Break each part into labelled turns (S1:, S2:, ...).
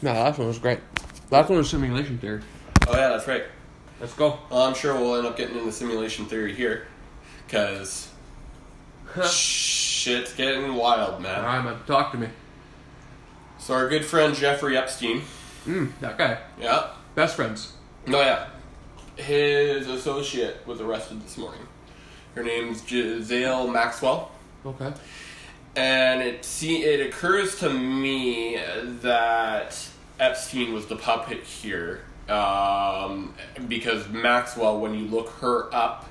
S1: No, the last one was great. Last one was simulation theory.
S2: Oh yeah, that's right.
S1: Let's go.
S2: Well, I'm sure we'll end up getting into simulation theory here, because shit's getting wild,
S1: All
S2: man.
S1: right, man. Talk to me.
S2: So our good friend Jeffrey Epstein,
S1: Mm, that guy.
S2: yeah,
S1: Best friends.
S2: no, yeah, his associate was arrested this morning. Her name's Giselle Maxwell.
S1: Okay.
S2: and it see it occurs to me that Epstein was the puppet here um, because Maxwell, when you look her up,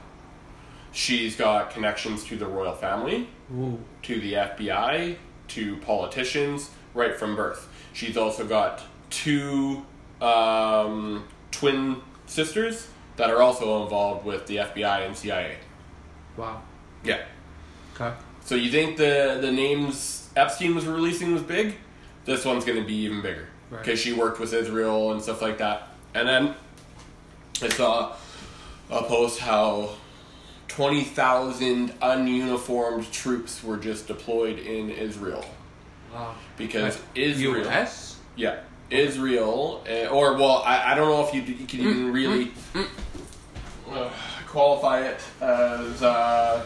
S2: she's got connections to the royal family,
S1: Ooh.
S2: to the FBI, to politicians, right from birth. She's also got two um, twin sisters that are also involved with the FBI and CIA.
S1: Wow.
S2: Yeah.
S1: Okay.
S2: So you think the the names Epstein was releasing was big? This one's going to be even bigger
S1: Right.
S2: because she worked with Israel and stuff like that. And then I saw a post how twenty thousand ununiformed troops were just deployed in Israel
S1: Wow.
S2: because
S1: Like,
S2: Israel,
S1: U.S.
S2: yeah, Israel, uh, or well, I, I don't know if you, d- you can even really uh, qualify it as uh,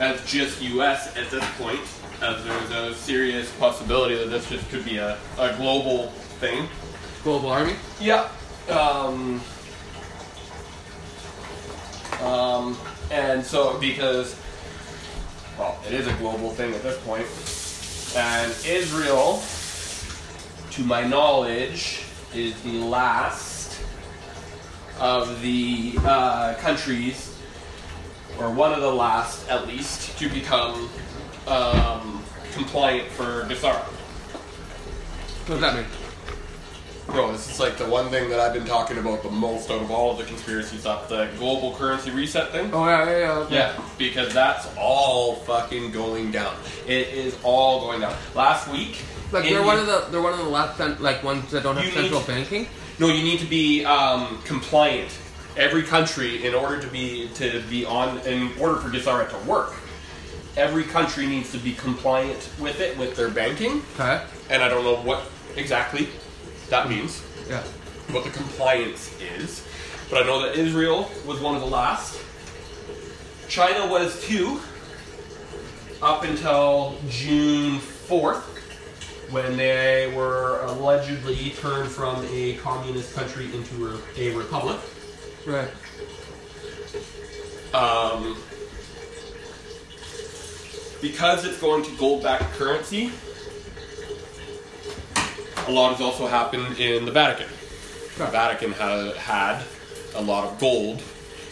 S2: as just U.S. at this point, as there's a serious possibility that this just could be a, a global thing.
S1: Global Army.
S2: Yeah. Um, um, and so, because, well, it is a global thing at this point. And Israel, to my knowledge, is the last of the uh, countries, or one of the last at least, to become um, compliant for disarm.
S1: What does that mean?
S2: Bro, this is like the one thing that I've been talking about the most out of all of the conspiracy stuff the global currency reset thing.
S1: Oh yeah, yeah, yeah. okay.
S2: Yeah, because that's all fucking going down. It is all going down. Last week,
S1: Like
S2: India-
S1: they're one of the they're one of the last cen- like ones that don't have
S2: You need
S1: central
S2: to-
S1: banking.
S2: no, you need to be um, compliant. Every country, in order to be to be on, in order for Disarra to work, every country needs to be compliant with it with their banking.
S1: Okay.
S2: And I don't know what exactly that means.
S1: Yeah.
S2: what the compliance is, but I know that Israel was one of the last. China was too, up until June 4th, when they were allegedly turned from a communist country into a- a republic.
S1: Right.
S2: Um, because it's going to gold backed currency, a lot has also happened in the Vatican. The Vatican had, had a lot of gold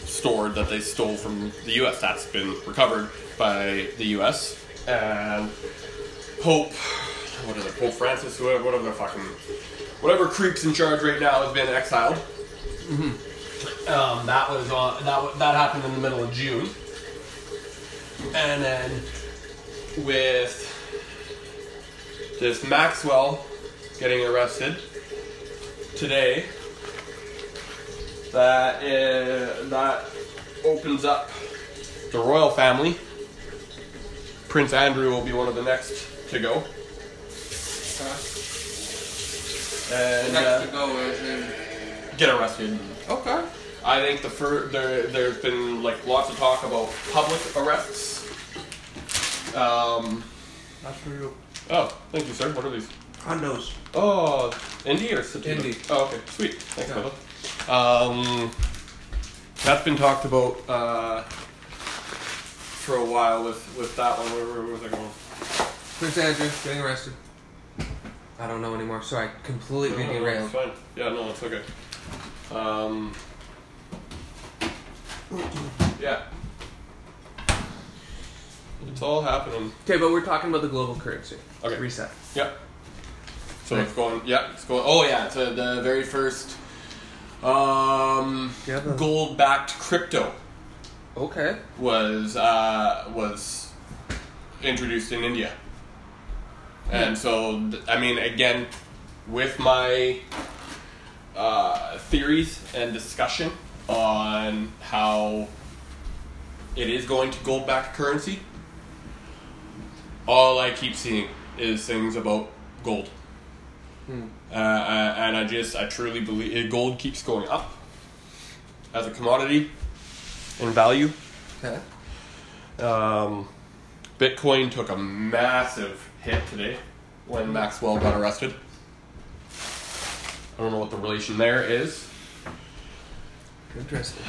S2: stored that they stole from the US. That's been recovered by the US. And Pope, what is it, Pope Francis, whoever, whatever the fucking, whatever creep's in charge right now has been exiled. Um, that was on that wa- that happened in the middle of June, and then with this Maxwell getting arrested today, that uh, that opens up the royal family. Prince Andrew will be one of the next to go. And uh,
S1: go is in.
S2: get arrested.
S1: Okay.
S2: I think the fir- there there's been like lots of talk about public arrests. Um,
S1: That's for you.
S2: oh, thank you, sir. What are these?
S1: Condos.
S2: Oh, indie or sativa?
S1: Indy.
S2: Oh, okay, sweet. Thanks,
S1: Yeah.
S2: brother. Um, that's been talked about uh, for a while with with that one. Where, where was I going?
S1: Prince Andrew getting arrested. I don't know anymore. Sorry, completely
S2: No, no, no,
S1: derailed.
S2: Oh, it's fine. Yeah, no, it's okay. Um, yeah. It's all happening.
S1: Okay, but we're talking about the global currency.
S2: Okay.
S1: Reset.
S2: Yep. So
S1: Right.
S2: it's going. Yep, it's going. Oh yeah, it's uh, the very first um,
S1: Yeah, the-
S2: gold-backed crypto
S1: Okay.
S2: was uh, was introduced in India, and so th- I mean again, with my uh, theories and discussion on how it is going to gold-backed currency, all I keep seeing is things about gold. Uh, I- and I just, I truly believe eh, gold keeps going up as a commodity in value.
S1: Okay.
S2: Um, Bitcoin took a massive hit today when Maxwell got arrested. I don't know what the relation there is.
S1: Interesting.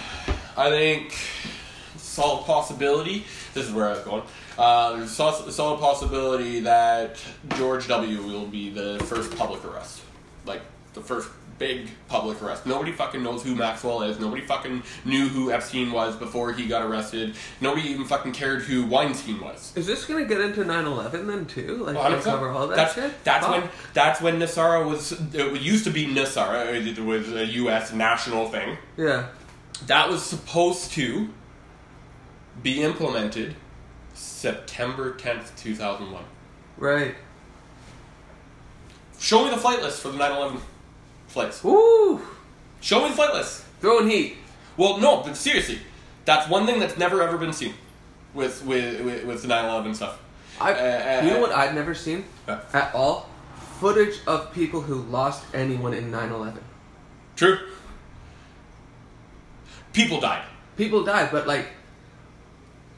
S2: I think solid possibility. This is where I was going. Uh, there's a sol- solid possibility that George W. will be the first public arrest, like the first big public arrest. Nobody fucking knows who Maxwell is. Nobody fucking knew who Epstein was before he got arrested. Nobody even fucking cared who Weinstein was.
S1: Is this gonna get into 9/11 then too? Like
S2: Honestly,
S1: cover all that
S2: that's,
S1: shit?
S2: That's
S1: Fuck.
S2: when that's when Nasara was. It used to be Nasara. It was a U.S. national thing.
S1: Yeah.
S2: That was supposed to be implemented September 10th, 2001.
S1: Right.
S2: Show me the flight list for the 9 11 flights.
S1: Woo!
S2: Show me the flight list.
S1: Throwing heat.
S2: Well, no, but seriously, that's one thing that's never ever been seen with, with, with, with the 9 11 stuff.
S1: I.
S2: Uh, uh,
S1: you know
S2: uh,
S1: what I've never seen
S2: Uh.
S1: at all? Footage of people who lost anyone in 9/11.
S2: True. People died.
S1: People died, but like,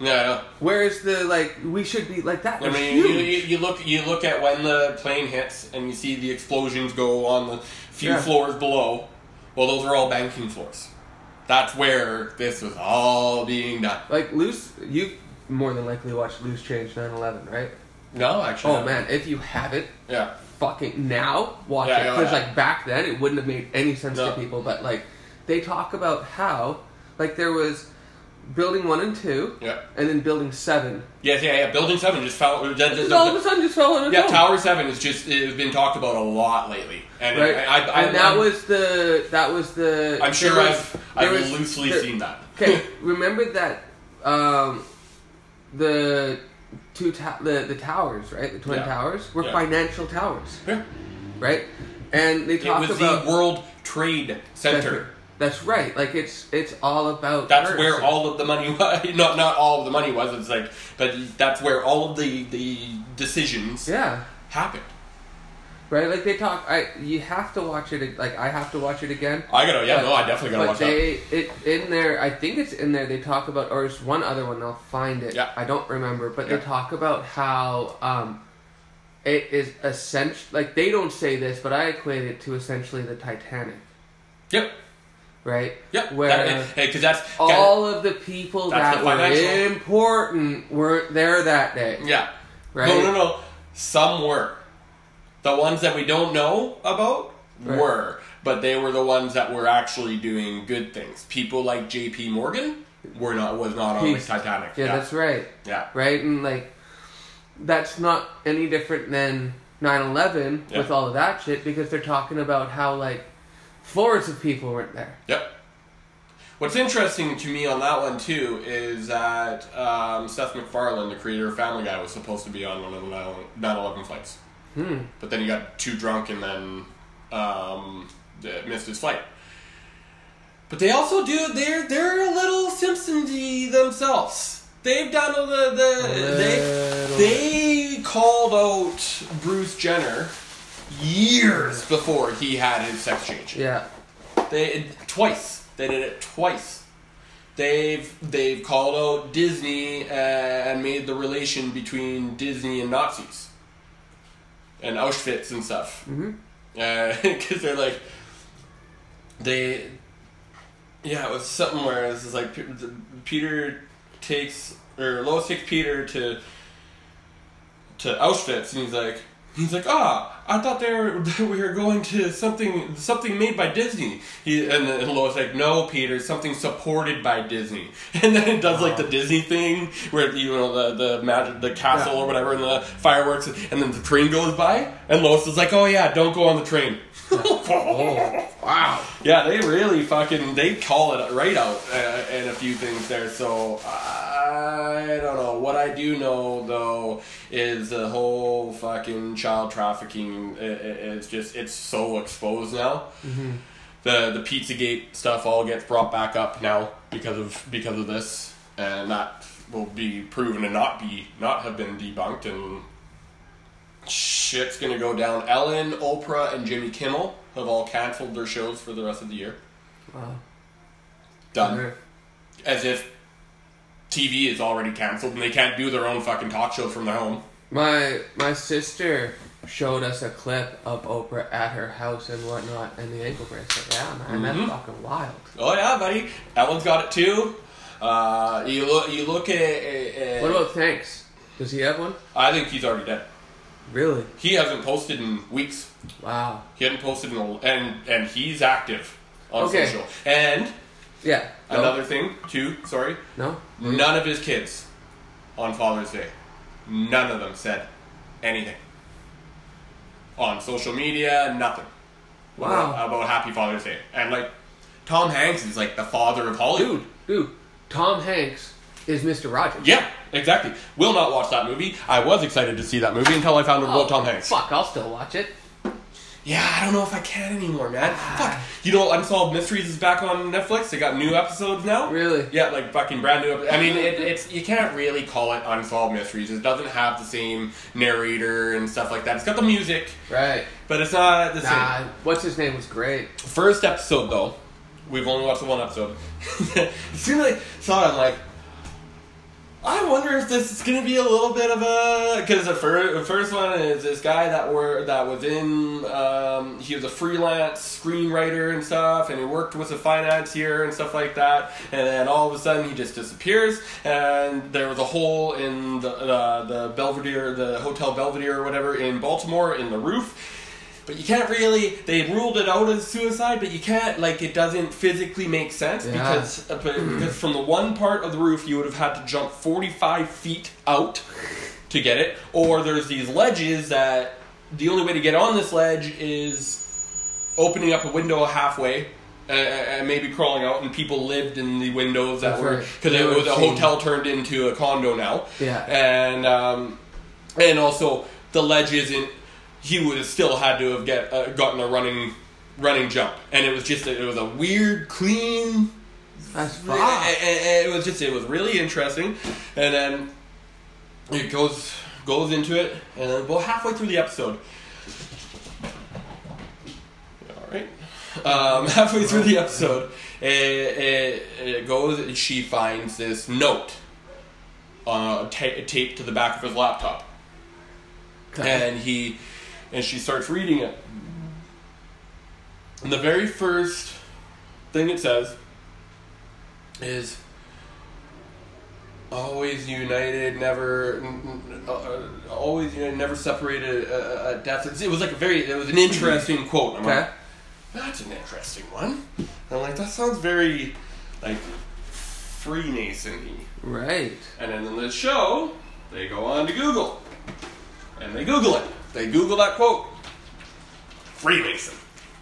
S2: Yeah, I know.
S1: where is the like? We should be like that.
S2: I
S1: was
S2: mean, you,
S1: huge.
S2: you, you look you look at when the plane hits and you see the explosions go on the few
S1: Yeah.
S2: floors below. Well, those are all banking floors. That's where this was all being done.
S1: Like loose, you more than likely watched Loose Change 9/11, right?
S2: No, actually.
S1: Oh man, if you haven't,
S2: Yeah.
S1: fucking now watch
S2: Yeah,
S1: it
S2: yeah,
S1: because
S2: yeah.
S1: like back then it wouldn't have made any sense
S2: No.
S1: to people. But like, they talk about how like there was building one and two,
S2: Yeah.
S1: and then building seven.
S2: Yes, yeah, yeah. Building seven just fell. that- that-
S1: Just
S2: that-
S1: all of a sudden, just fell on its
S2: yeah,
S1: own.
S2: Tower Seven is just has been talked about a lot lately, and
S1: Right,
S2: I, I, I,
S1: and that
S2: I'm-
S1: was the that was the.
S2: I'm sure
S1: there was-
S2: I've
S1: there
S2: I've
S1: was-
S2: loosely
S1: there-
S2: seen that.
S1: Okay, remember that um, the two ta- the the towers, right? The twin
S2: Yeah.
S1: towers were
S2: Yeah.
S1: financial towers,
S2: Yeah.
S1: right? And they
S2: It
S1: talk
S2: was
S1: about
S2: the World Trade Center.
S1: That's right. Like it's it's all about
S2: That's
S1: currency.
S2: where all of the money was. Not not all of the money was. It's like, but that's where all of the the decisions
S1: yeah
S2: happened.
S1: right. Like they talk. I you have to watch it. Like I have to watch it again.
S2: I gotta, yeah,
S1: But-
S2: no, I definitely gotta
S1: But
S2: watch
S1: they it in there. I think it's in there. They talk about or it's one other one. I'll find it.
S2: Yeah.
S1: I don't remember, but
S2: Yeah.
S1: they talk about how um, it is essential. Like they don't say this, but I equate it to essentially the Titanic,
S2: that. Yep,
S1: right?
S2: yep.
S1: Where
S2: because that's
S1: all of the people
S2: That's
S1: that
S2: the
S1: were
S2: financial-
S1: important weren't there that day.
S2: yeah.
S1: Right.
S2: No, no, no. Some were the ones that we don't know about
S1: Right.
S2: were, but they were the ones that were actually doing good things. People like J.P. Morgan were not was not on the
S1: Peace.
S2: Titanic.
S1: Yeah, that's right.
S2: yeah.
S1: right? And like, that's not any different than 9 11
S2: Yeah.
S1: with all of that shit because they're talking about how like floors of people weren't there.
S2: Yep. What's interesting to me on that one too is that um, Seth MacFarlane, the creator of Family Guy, was supposed to be on one of the 9/11 flights, hmm. but then he got too drunk and then um, uh, missed his flight. But they also do they're they're a little Simpsonsy themselves. They've done all the, the
S1: Little.
S2: they they called out Bruce Jenner years before he had his sex change.
S1: Yeah.
S2: They twice. They did it twice. They've they've called out Disney uh, and made the relation between Disney and Nazis and Auschwitz and stuff. Because they're like they. Yeah, it was something where it's just like P- the- Peter takes or Lois takes Peter to to Auschwitz, and he's like, he's like, ah, I thought they were, we were going to something something made by Disney. He and, then Lois like, no, Peter, something supported by Disney. And then it does like the Disney thing where you know the the magic the castle or whatever and the fireworks, and then the train goes by, and Lois is like, oh yeah, don't go on the train.
S1: Oh, wow.
S2: Yeah, they really fucking they call it right out uh, and a few things there. So I don't know. What I do know though is the whole fucking child trafficking. i- i- It's just it's so exposed now. The the PizzaGate stuff all gets brought back up now because of because of this, and that will be proven to not be not have been debunked and shit's gonna go down. Ellen, Oprah, and Jimmy Kimmel have all canceled their shows for the rest of the year.
S1: Wow.
S2: Done.
S1: Sure.
S2: As if TV is already canceled and they can't do their own fucking talk show from their home.
S1: My my sister showed us a clip of Oprah at her house and whatnot, and the ankle bracelet. Yeah, man, that's fucking wild.
S2: Oh yeah, buddy. Ellen's got it too. Uh, you look. You look at. at-
S1: What about thanks? Does he have one?
S2: I think he's already dead.
S1: Really?
S2: He hasn't posted in weeks.
S1: Wow.
S2: He hadn't posted in a, and and he's active on
S1: Okay.
S2: social. And
S1: Yeah. No.
S2: another thing too. Sorry,
S1: No.
S2: none of his kids on Father's Day, none of them said anything on social media. Nothing.
S1: Wow.
S2: about, about Happy Father's Day. And like, Tom Hanks is like the father of Hollywood.
S1: Dude, dude. Tom Hanks is Mr. Rogers.
S2: Yeah, exactly. Will not watch that movie. I was excited to see that movie until I found out
S1: Oh,
S2: about Tom Hanks.
S1: Fuck, I'll still watch it.
S2: Yeah, I don't know if I can anymore, man.
S1: Ah.
S2: Fuck. You know, Unsolved Mysteries is back on Netflix. They got new episodes now.
S1: Really?
S2: Yeah, like fucking brand new. Episodes. I mean, it, it's you can't really call it Unsolved Mysteries. It doesn't have the same narrator and stuff like that. It's got the music,
S1: Right.
S2: but it's not the same.
S1: Nah, what's his name was great.
S2: First episode though, we've only watched the one episode. as soon as I saw it, I'm like, I wonder if this is gonna be a little bit of a because the fir- the first one is this guy that were that was in um, he was a freelance screenwriter and stuff, and he worked with a financier and stuff like that, and then all of a sudden he just disappears, and there was a hole in the the, the Belvedere, the Hotel Belvedere or whatever in Baltimore in the roof. But you can't really. They ruled it out as suicide, but you can't. Like it doesn't physically make sense
S1: Yeah.
S2: because uh, but- because from the one part of the roof you would have had to jump 45 feet out to get it or there's these ledges that the only way to get on this ledge is opening up a window halfway uh, and maybe crawling out and people lived in the windows that
S1: That's
S2: were
S1: right.
S2: because
S1: They
S2: it
S1: were
S2: was a
S1: seen.
S2: hotel turned into a condo now
S1: Yeah.
S2: and um, and also the ledge isn't. He would have still had to have get uh, gotten a running running jump, and it was just a, it was a weird clean.
S1: That's
S2: a- a-
S1: fuck.
S2: a- It, was just it was really interesting, and then it goes goes into it, and then about halfway through the episode. All right. Um, halfway through the episode, it, it, it goes. and She finds this note uh, ta- taped to the back of his laptop, and he and she starts reading it. And the very first thing it says is always united, never n- n- uh, uh, always united, never separated. Uh, uh, death. It's- It was like a very it was an interesting quote. I'm
S1: Okay.
S2: like, that's an interesting one. And I'm like, that sounds very like Freemason-y.
S1: Right.
S2: And then in the show, they go on to Google. And they Google it. They Google that quote. Freemason.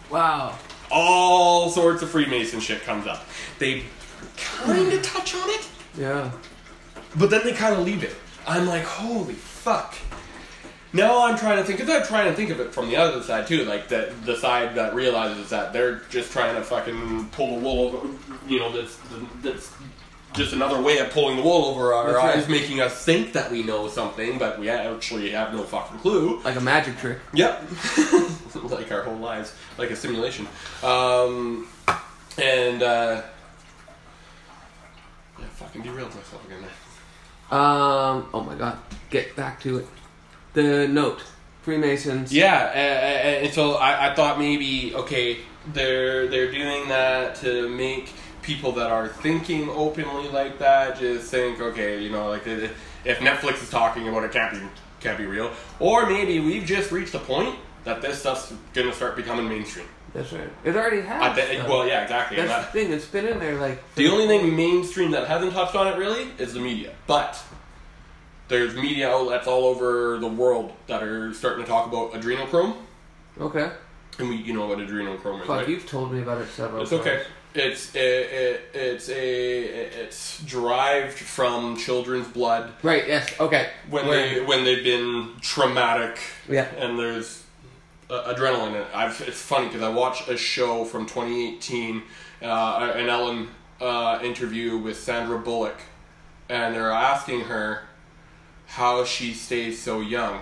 S1: Wow.
S2: All sorts of Freemason shit comes up. They kind of touch on it,
S1: Yeah.
S2: but then they kind of leave it. I'm like, holy fuck. Now I'm trying to think, because I'm trying to think of it from the other side too, like the, the side that realizes that they're just trying to fucking pull the wool over, you know, that's, that's just another way of pulling the wool over our
S1: That's right.
S2: eyes, making us think that we know something, but we actually have no fucking clue.
S1: Like a magic trick.
S2: Yep. like our whole lives, like a simulation. Um, and, uh, yeah, fucking derailed myself again there.
S1: Um. Oh my God. Get back to it. The note. Freemasons.
S2: Yeah, and, and so I, I thought maybe okay, they're they're doing that to make people that are thinking openly like that just think okay, you know, like if if Netflix is talking about it, can't be can't be real, or maybe we've just reached a point that this stuff's gonna start becoming mainstream.
S1: That's right. It already has.
S2: I thi-
S1: though.
S2: well, yeah, exactly. and
S1: That's
S2: that-
S1: the thing. It's been in there like.
S2: the only thing mainstream that hasn't touched on it really is the media, but. There's media outlets all over the world that are starting to talk about adrenochrome,
S1: Okay.
S2: and we, you know what adrenochrome
S1: Fuck.
S2: is, right?
S1: You've told me about it several.
S2: It's okay.
S1: times.
S2: It's it, it, it's a it's derived from children's blood
S1: Right. Yes. Okay.
S2: when
S1: Wait.
S2: they when they've been traumatic.
S1: Yeah.
S2: And there's uh, adrenaline. In it. I've, it's funny because I watched a show from 2018, uh, an Ellen uh, interview with Sandra Bullock, and they're asking her how she stays so young.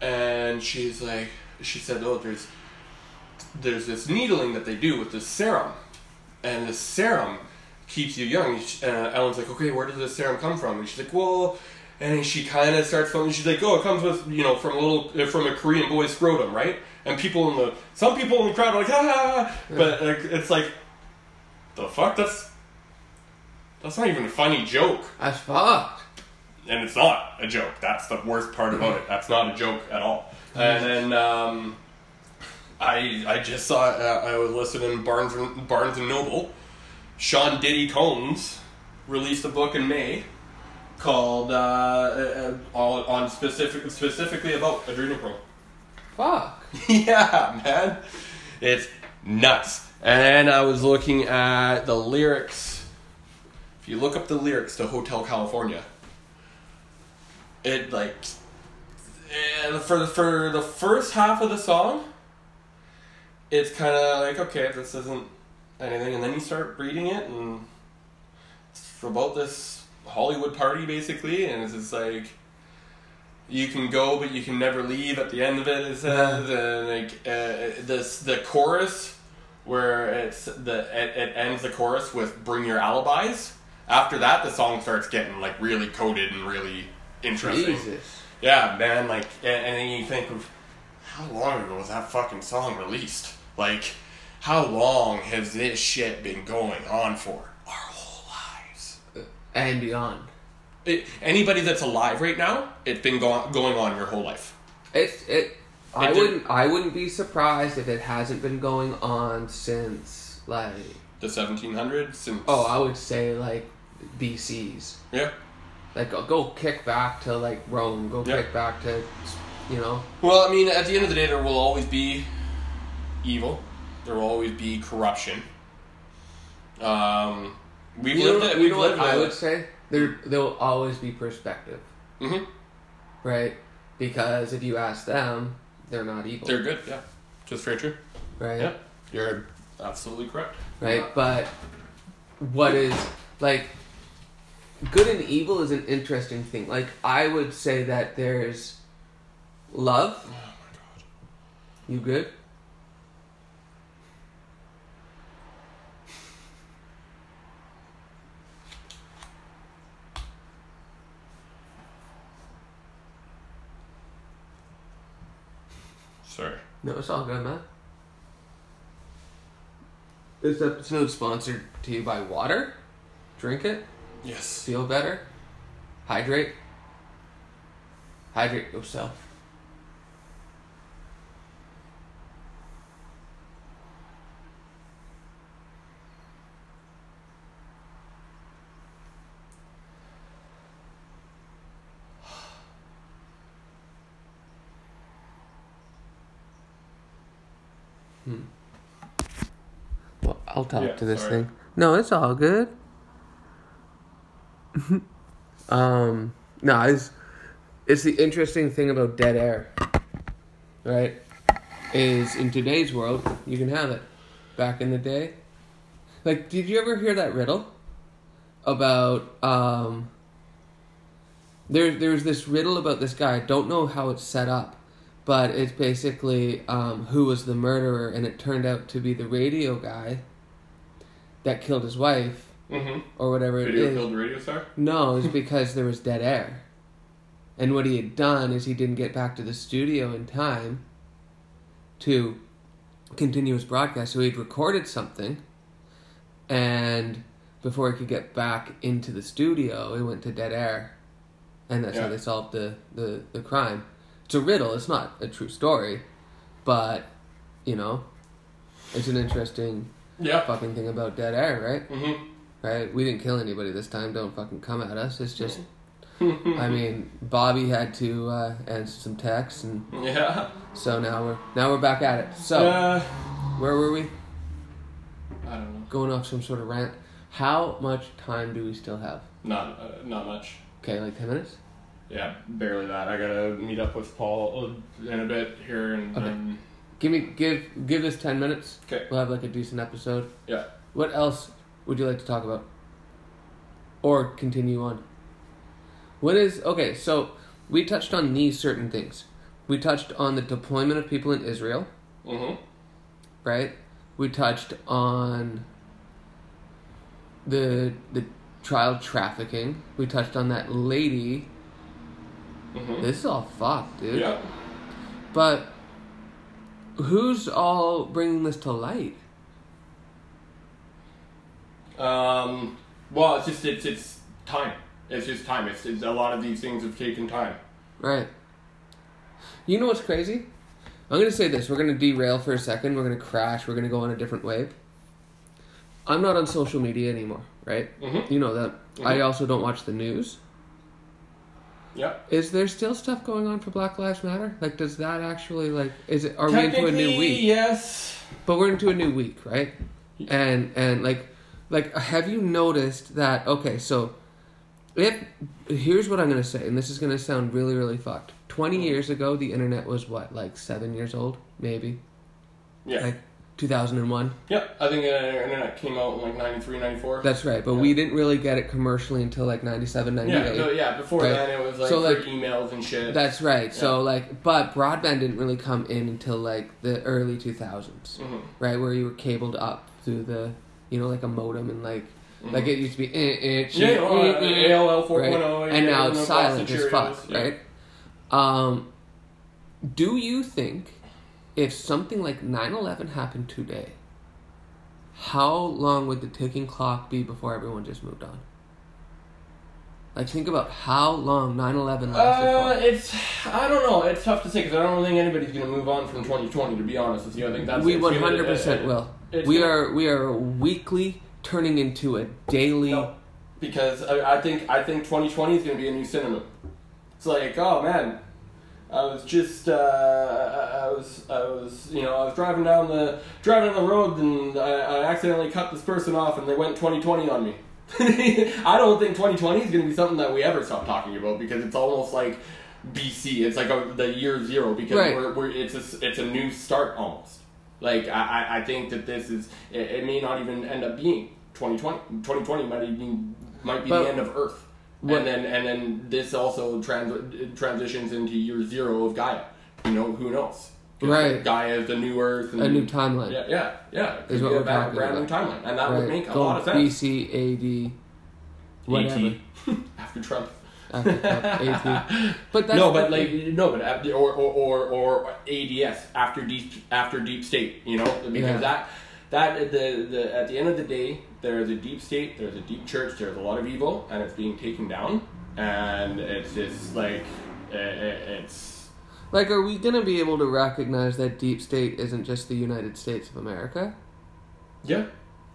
S2: and she's like, she said, oh, there's there's this needling that they do with this serum, and this serum keeps you young. And she- uh, Ellen's like, okay, where does this serum come from? And she's like, well, and she kind of starts from, she's like, oh, it comes with you know from a little uh, from a Korean boy's scrotum, right? And people in the some people in the crowd are like, ah, but like, it's like, the fuck, that's that's not even a funny joke
S1: That's fucked.
S2: and it's not a joke. That's the worst part about it. That's not a joke at all. And then um, I I just saw uh, I was listening to Barnes and, Barnes and Noble. Sean Diddy Combs released a book in May called uh, uh, uh, on on specific specifically about adrenochrome.
S1: Fuck.
S2: yeah, man, it's nuts. And then I was looking at the lyrics. If you look up the lyrics to Hotel California, it like eh, for the for the first half of the song, it's kind of like okay, this isn't anything, and then you start reading it, and it's about this Hollywood party basically, and it's just like you can go, but you can never leave. At the end of it, it says, and like uh, this the chorus where it's the it, it ends the chorus with "Bring your alibis." After that, the song starts getting like really coded and really interesting.
S1: Jesus.
S2: Yeah, man. Like, a- and then you think of how long ago was that fucking song released? Like, how long has this shit been going on for? Our whole lives.
S1: And beyond.
S2: It, anybody that's alive right now, it's been go- going on your whole life.
S1: It's it. I
S2: It did-
S1: wouldn't. I wouldn't be surprised if it hasn't been going on since like.
S2: The 1700s since.
S1: Oh, I would say like BC's.
S2: yeah.
S1: Like go- go kick back to like Rome. Go
S2: Yeah.
S1: kick back to, you know.
S2: Well, I mean, at the end of the day, there will always be evil. There will always be corruption. Um, we've
S1: You
S2: lived
S1: know,
S2: it.
S1: you
S2: We've
S1: know
S2: lived
S1: what I would
S2: it.
S1: say? There, there will always be perspective,
S2: hmm
S1: right? Because if you ask them, they're not evil,
S2: They're good. Yeah. Just very true.
S1: right?
S2: Yeah, you're absolutely correct.
S1: Right. But what is like good and evil is an interesting thing. Like I would say that there's love.
S2: Oh my god.
S1: You good?
S2: Sorry.
S1: No, it's all good, man. This episode sponsored to you by water. Drink it.
S2: Yes.
S1: feel better, hydrate, hydrate yourself. Hmm. Well, I'll talk
S2: Yeah,
S1: to this
S2: sorry.
S1: thing. No, it's all good. Um, no, it's, it's the interesting thing about dead air, right? Is in today's world, you can have it. Back in the day, like, did you ever hear that riddle about, um, there, there's this riddle about this guy, I don't know how it's set up, but it's basically, um, who was the murderer, and it turned out to be the radio guy that killed his wife,
S2: Mm-hmm.
S1: or whatever it
S2: Video
S1: is.
S2: killed the radio star.
S1: No, it's because there was dead air. And what he had done is he didn't get back to the studio in time to continue his broadcast. So he'd recorded something, and before he could get back into the studio, he went to dead air. And that's how
S2: Yeah.
S1: they solved the, the, the crime. It's a riddle, it's not a true story, but, you know, it's an interesting
S2: Yeah.
S1: fucking thing about dead air, right?
S2: Mm-hmm.
S1: Right? We didn't kill anybody this time. Don't fucking come at us. It's just, I mean, Bobby had to uh, answer some texts, and
S2: yeah.
S1: so now we're now we're back at it. So
S2: Uh,
S1: where were we?
S2: I don't know.
S1: Going off some sort of rant. How much time do we still have?
S2: Not uh, not much.
S1: Okay, like ten minutes.
S2: Yeah, barely that. I gotta meet up with Paul uh, in a bit here and.
S1: Okay.
S2: Um,
S1: Give me give give us ten minutes.
S2: okay.
S1: We'll have like a decent episode.
S2: Yeah.
S1: What else would you like to talk about? Or continue on? What is okay, so we touched on these certain things. we touched on the deployment of people in Israel,
S2: Mm-hmm.
S1: right? We touched on the the child trafficking. We touched on that lady.
S2: Mhm.
S1: This is all fucked, dude.
S2: Yeah.
S1: But who's all bringing this to light?
S2: Um, well, it's just it's it's time. It's just time. It's, it's a lot of these things have taken time.
S1: Right. You know what's crazy? I'm gonna say this. We're gonna derail for a second. We're gonna crash. We're gonna go on a different wave. I'm not on social media anymore, right?
S2: Mhm.
S1: You know that. I
S2: Mhm.
S1: also don't watch the news.
S2: Yep.
S1: Is there still stuff going on for Black Lives Matter? Like, does that actually like is it? Are we into a new week?
S2: yes.
S1: But we're into a new week, right? And and like like have you noticed that okay, so if here's what I'm gonna say, and this is gonna sound really, really fucked. Twenty years ago the internet was what, like seven years old, maybe?
S2: Yeah.
S1: Like two thousand and one?
S2: yep. I think the internet came out in like 93, 94.
S1: That's right, but we didn't really get it commercially until like 97,
S2: yeah.
S1: 98.
S2: So, yeah. Before
S1: Right.
S2: then, it was like,
S1: So,
S2: for
S1: like-
S2: emails and shit.
S1: That's right. So like, but broadband didn't really come in until like the early two thousands,
S2: Mhm.
S1: right? Where you were cabled up through the, you know, like a modem and like, like it used to be. Eh, eh,
S2: Mm-hmm. yeah.
S1: eh,
S2: well,
S1: eh,
S2: uh,
S1: eh,
S2: AOL 4.0.
S1: right?
S2: oh, yeah,
S1: and now
S2: the
S1: it's
S2: Boston
S1: silent as fuck,
S2: Cheerios, yeah.
S1: right? Um, do you think if something like 9-11 happened today, how long would the ticking clock be before everyone just moved on? Like, think about how long 9-11 lasted for.
S2: Uh, it's I don't know. It's tough to say because I don't think anybody's gonna move on from 2020. To be honest with you, I think that's
S1: We
S2: it's gonna-
S1: one hundred percent
S2: uh,
S1: will.
S2: it's
S1: We
S2: gonna-
S1: are we are weekly turning into a daily.
S2: No, because I, I think I think 2020 is going to be a new synonym. It's like, oh man, I was just uh, I I was I was you know I was driving down the driving down the road and I, I accidentally cut this person off and they went 2020 on me. I don't think 2020 is going to be something that we ever stop talking about because it's almost like BC. It's like a, the year zero because
S1: Right.
S2: we're, we're it's a, s- it's a new start almost. Like I, I- I think that this is it, it may not even end up being 2020. 2020 might even might be
S1: But-
S2: the end of Earth.
S1: What-
S2: and then and then this also trans, transitions into year zero of Gaia. You know who knows? 'Cause
S1: Right.
S2: Gaia is the new Earth. And,
S1: A new timeline.
S2: Yeah, yeah, yeah. It could
S1: Is what
S2: be a
S1: we're
S2: ba-
S1: talking
S2: brand new timeline, and that would
S1: right?
S2: make a
S1: Go
S2: lot of sense.
S1: BC AD, whatever.
S2: AT after Trump.
S1: After Trump, AT. But that's
S2: no, but like no, but after, or, or or or ADS after deep after deep state, you know, because
S1: Yeah.
S2: that that the the at the end of the day, there is a deep state, there's a deep church, there's a lot of evil, and it's being taken down, and it's just like i- i- it's
S1: like, are we gonna be able to recognize that deep state isn't just the United States of America?
S2: yeah.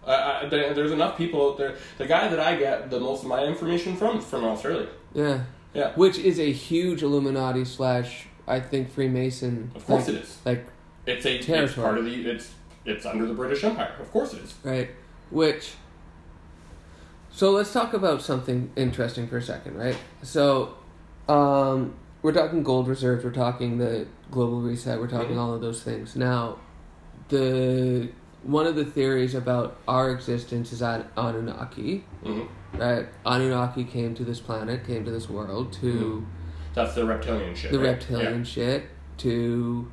S2: I, I, there- there's enough people out there. The guy that I get the most of my information from is from Australia.
S1: Yeah,
S2: Yeah,
S1: which is a huge Illuminati slash I think Freemason.
S2: of course
S1: like,
S2: it is.
S1: Like
S2: It's a it's
S1: territory.
S2: part of the it's it's under the British Empire. Of course it is.
S1: right? Which. So let's talk about something interesting for a second, right? So, um, we're talking gold reserves, we're talking the global reset, we're talking
S2: Mhm.
S1: all of those things. Now, the one of the theories about our existence is on Anunnaki,
S2: hmm
S1: right? Anunnaki came to this planet, came to this world to
S2: That's the reptilian shit.
S1: the
S2: right?
S1: reptilian shit to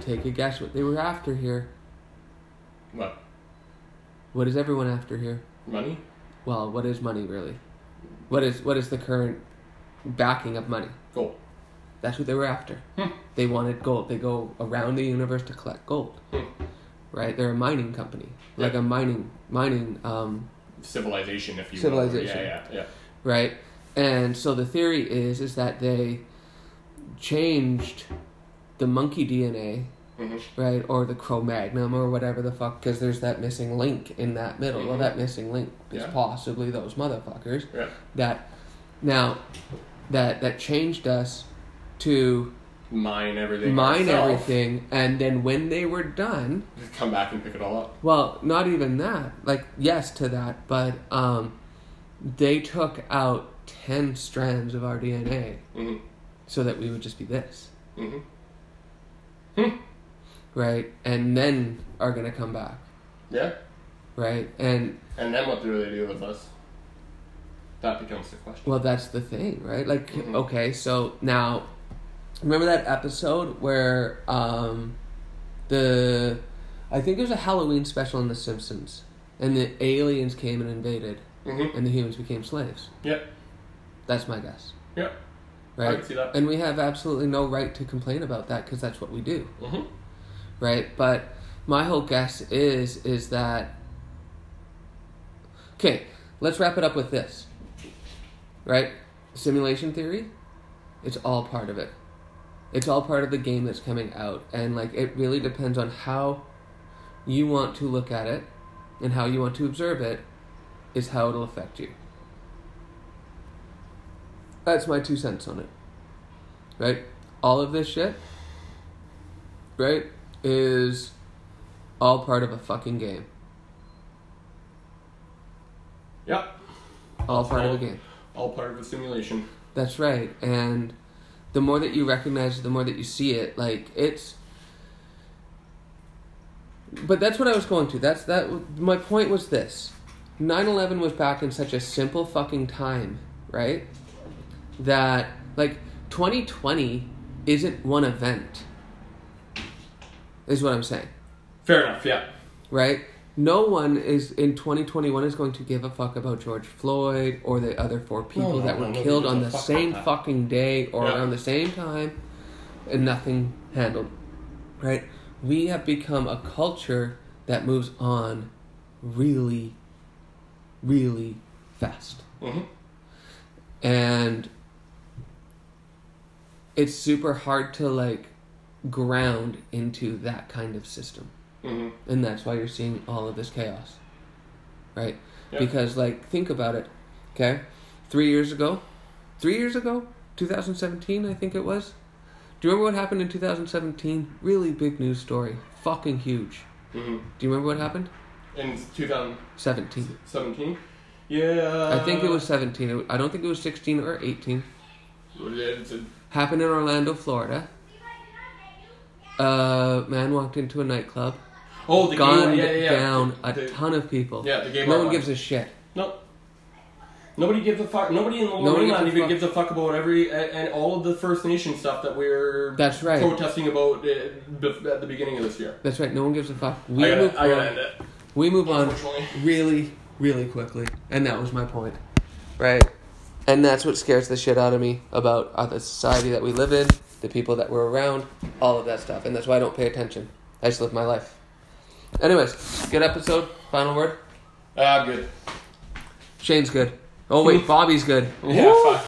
S1: take a guess what they were after here.
S2: Yeah. What?
S1: What is everyone after here?
S2: Money?
S1: well, what is money really? What is what is the current backing of money?
S2: Gold.
S1: That's what they were after.
S2: Hmm.
S1: They wanted gold. They go around the universe to collect gold.
S2: Hmm.
S1: Right? They're a mining company,
S2: Yeah.
S1: like a mining mining um,
S2: Civilization, if you
S1: Civilization.
S2: will. Yeah, yeah, yeah.
S1: right? And so the theory is is that they changed the monkey DNA,
S2: Mhm.
S1: right, or the Cro-Magnon or whatever the fuck, because there's that missing link in that middle. Well,
S2: Mhm.
S1: that missing link is
S2: Yeah.
S1: possibly those motherfuckers.
S2: yeah.
S1: that now that that changed us to
S2: Mine everything.
S1: mine
S2: ourselves.
S1: everything and then when they were done
S2: Just come back and pick it all up.
S1: well not even that like yes to that but um they took out 10 strands of our dna
S2: hmm
S1: so that we would just be this
S2: hmm
S1: right and then are gonna come back
S2: Yeah.
S1: right and
S2: And then what do they do with us? That becomes the question. Mm-hmm.
S1: Well, that's the thing, right? Like, okay, so now Remember that episode where um, the I think it was a Halloween special on The Simpsons, and the aliens came and invaded,
S2: Mm-hmm.
S1: and the humans became slaves.
S2: Yep.
S1: That's my guess,
S2: Yep.
S1: right?
S2: I can see that.
S1: And we have absolutely no right to complain about that because that's what we do,
S2: Mm-hmm.
S1: right? But my whole guess is is that okay. Let's wrap it up with this, right? Simulation theory, it's all part of it. It's all part of the game that's coming out, and like it really depends on how you want to look at it and how you want to observe it is how it'll affect you. That's my two cents on it. Right? All of this shit, right, is all part of a fucking game.
S2: Yep.
S1: All part of a
S2: All-
S1: game.
S2: All part of a simulation.
S1: That's right. And the more that you recognize it, the more that you see it, like it's But that's what I was going to. That's that my point was this. 9/11 was back in such a simple fucking time, right? That like 2020 isn't one event. Is what I'm saying
S2: Fair enough. Yeah.
S1: right? No one is in 2021 is going to give a fuck about George Floyd or the other four people
S2: no,
S1: that were
S2: no, no,
S1: killed
S2: no,
S1: on
S2: no,
S1: the
S2: fuck
S1: same
S2: that.
S1: fucking day or
S2: Yeah.
S1: around the same time, and nothing handled, right? We have become a culture that moves on really, really fast
S2: Mm-hmm.
S1: and it's super hard to like ground into that kind of system
S2: Mm-hmm.
S1: and that's why you're seeing all of this chaos right
S2: Yeah.
S1: because like think about it okay three years ago three years ago 2017 i think it was do you remember what happened in 2017 really big news story fucking huge
S2: Mm-hmm.
S1: do you remember what happened
S2: In 2017.
S1: 17 i
S2: Yeah.
S1: think it was
S2: Uh,
S1: 17 It- i don't think it was 16 or 18
S2: It's a-
S1: happened in Orlando, Florida. A man walked into a nightclub,
S2: Oh, the
S1: gunned
S2: gay yeah, yeah, yeah.
S1: down
S2: the,
S1: a ton of people.
S2: Yeah, the gay
S1: no
S2: bar
S1: one
S2: one.
S1: gives a shit.
S2: No. Nobody gives a fuck. Nobody in the
S1: Nobody
S2: Lower
S1: gives
S2: Mainland
S1: a
S2: even
S1: fuck.
S2: gives a fuck about every and, and all of the First Nation stuff that we're
S1: That's right.
S2: protesting about uh, bef- at the beginning of this year.
S1: That's right. No one gives a fuck. We
S2: I
S1: move
S2: gotta, I gotta
S1: on.
S2: end it.
S1: We move on
S2: Unfortunately.
S1: really, really quickly, and that was my point. Right. And that's what scares the shit out of me about uh, the society that we live in, the people that we're around, all of that stuff. And that's why I don't pay attention. I just live my life. Anyways, good episode. Final word.
S2: Ah, good.
S1: Shane's good. Oh wait, Bobby's good.
S2: Yeah,
S1: Woo!
S2: fuck.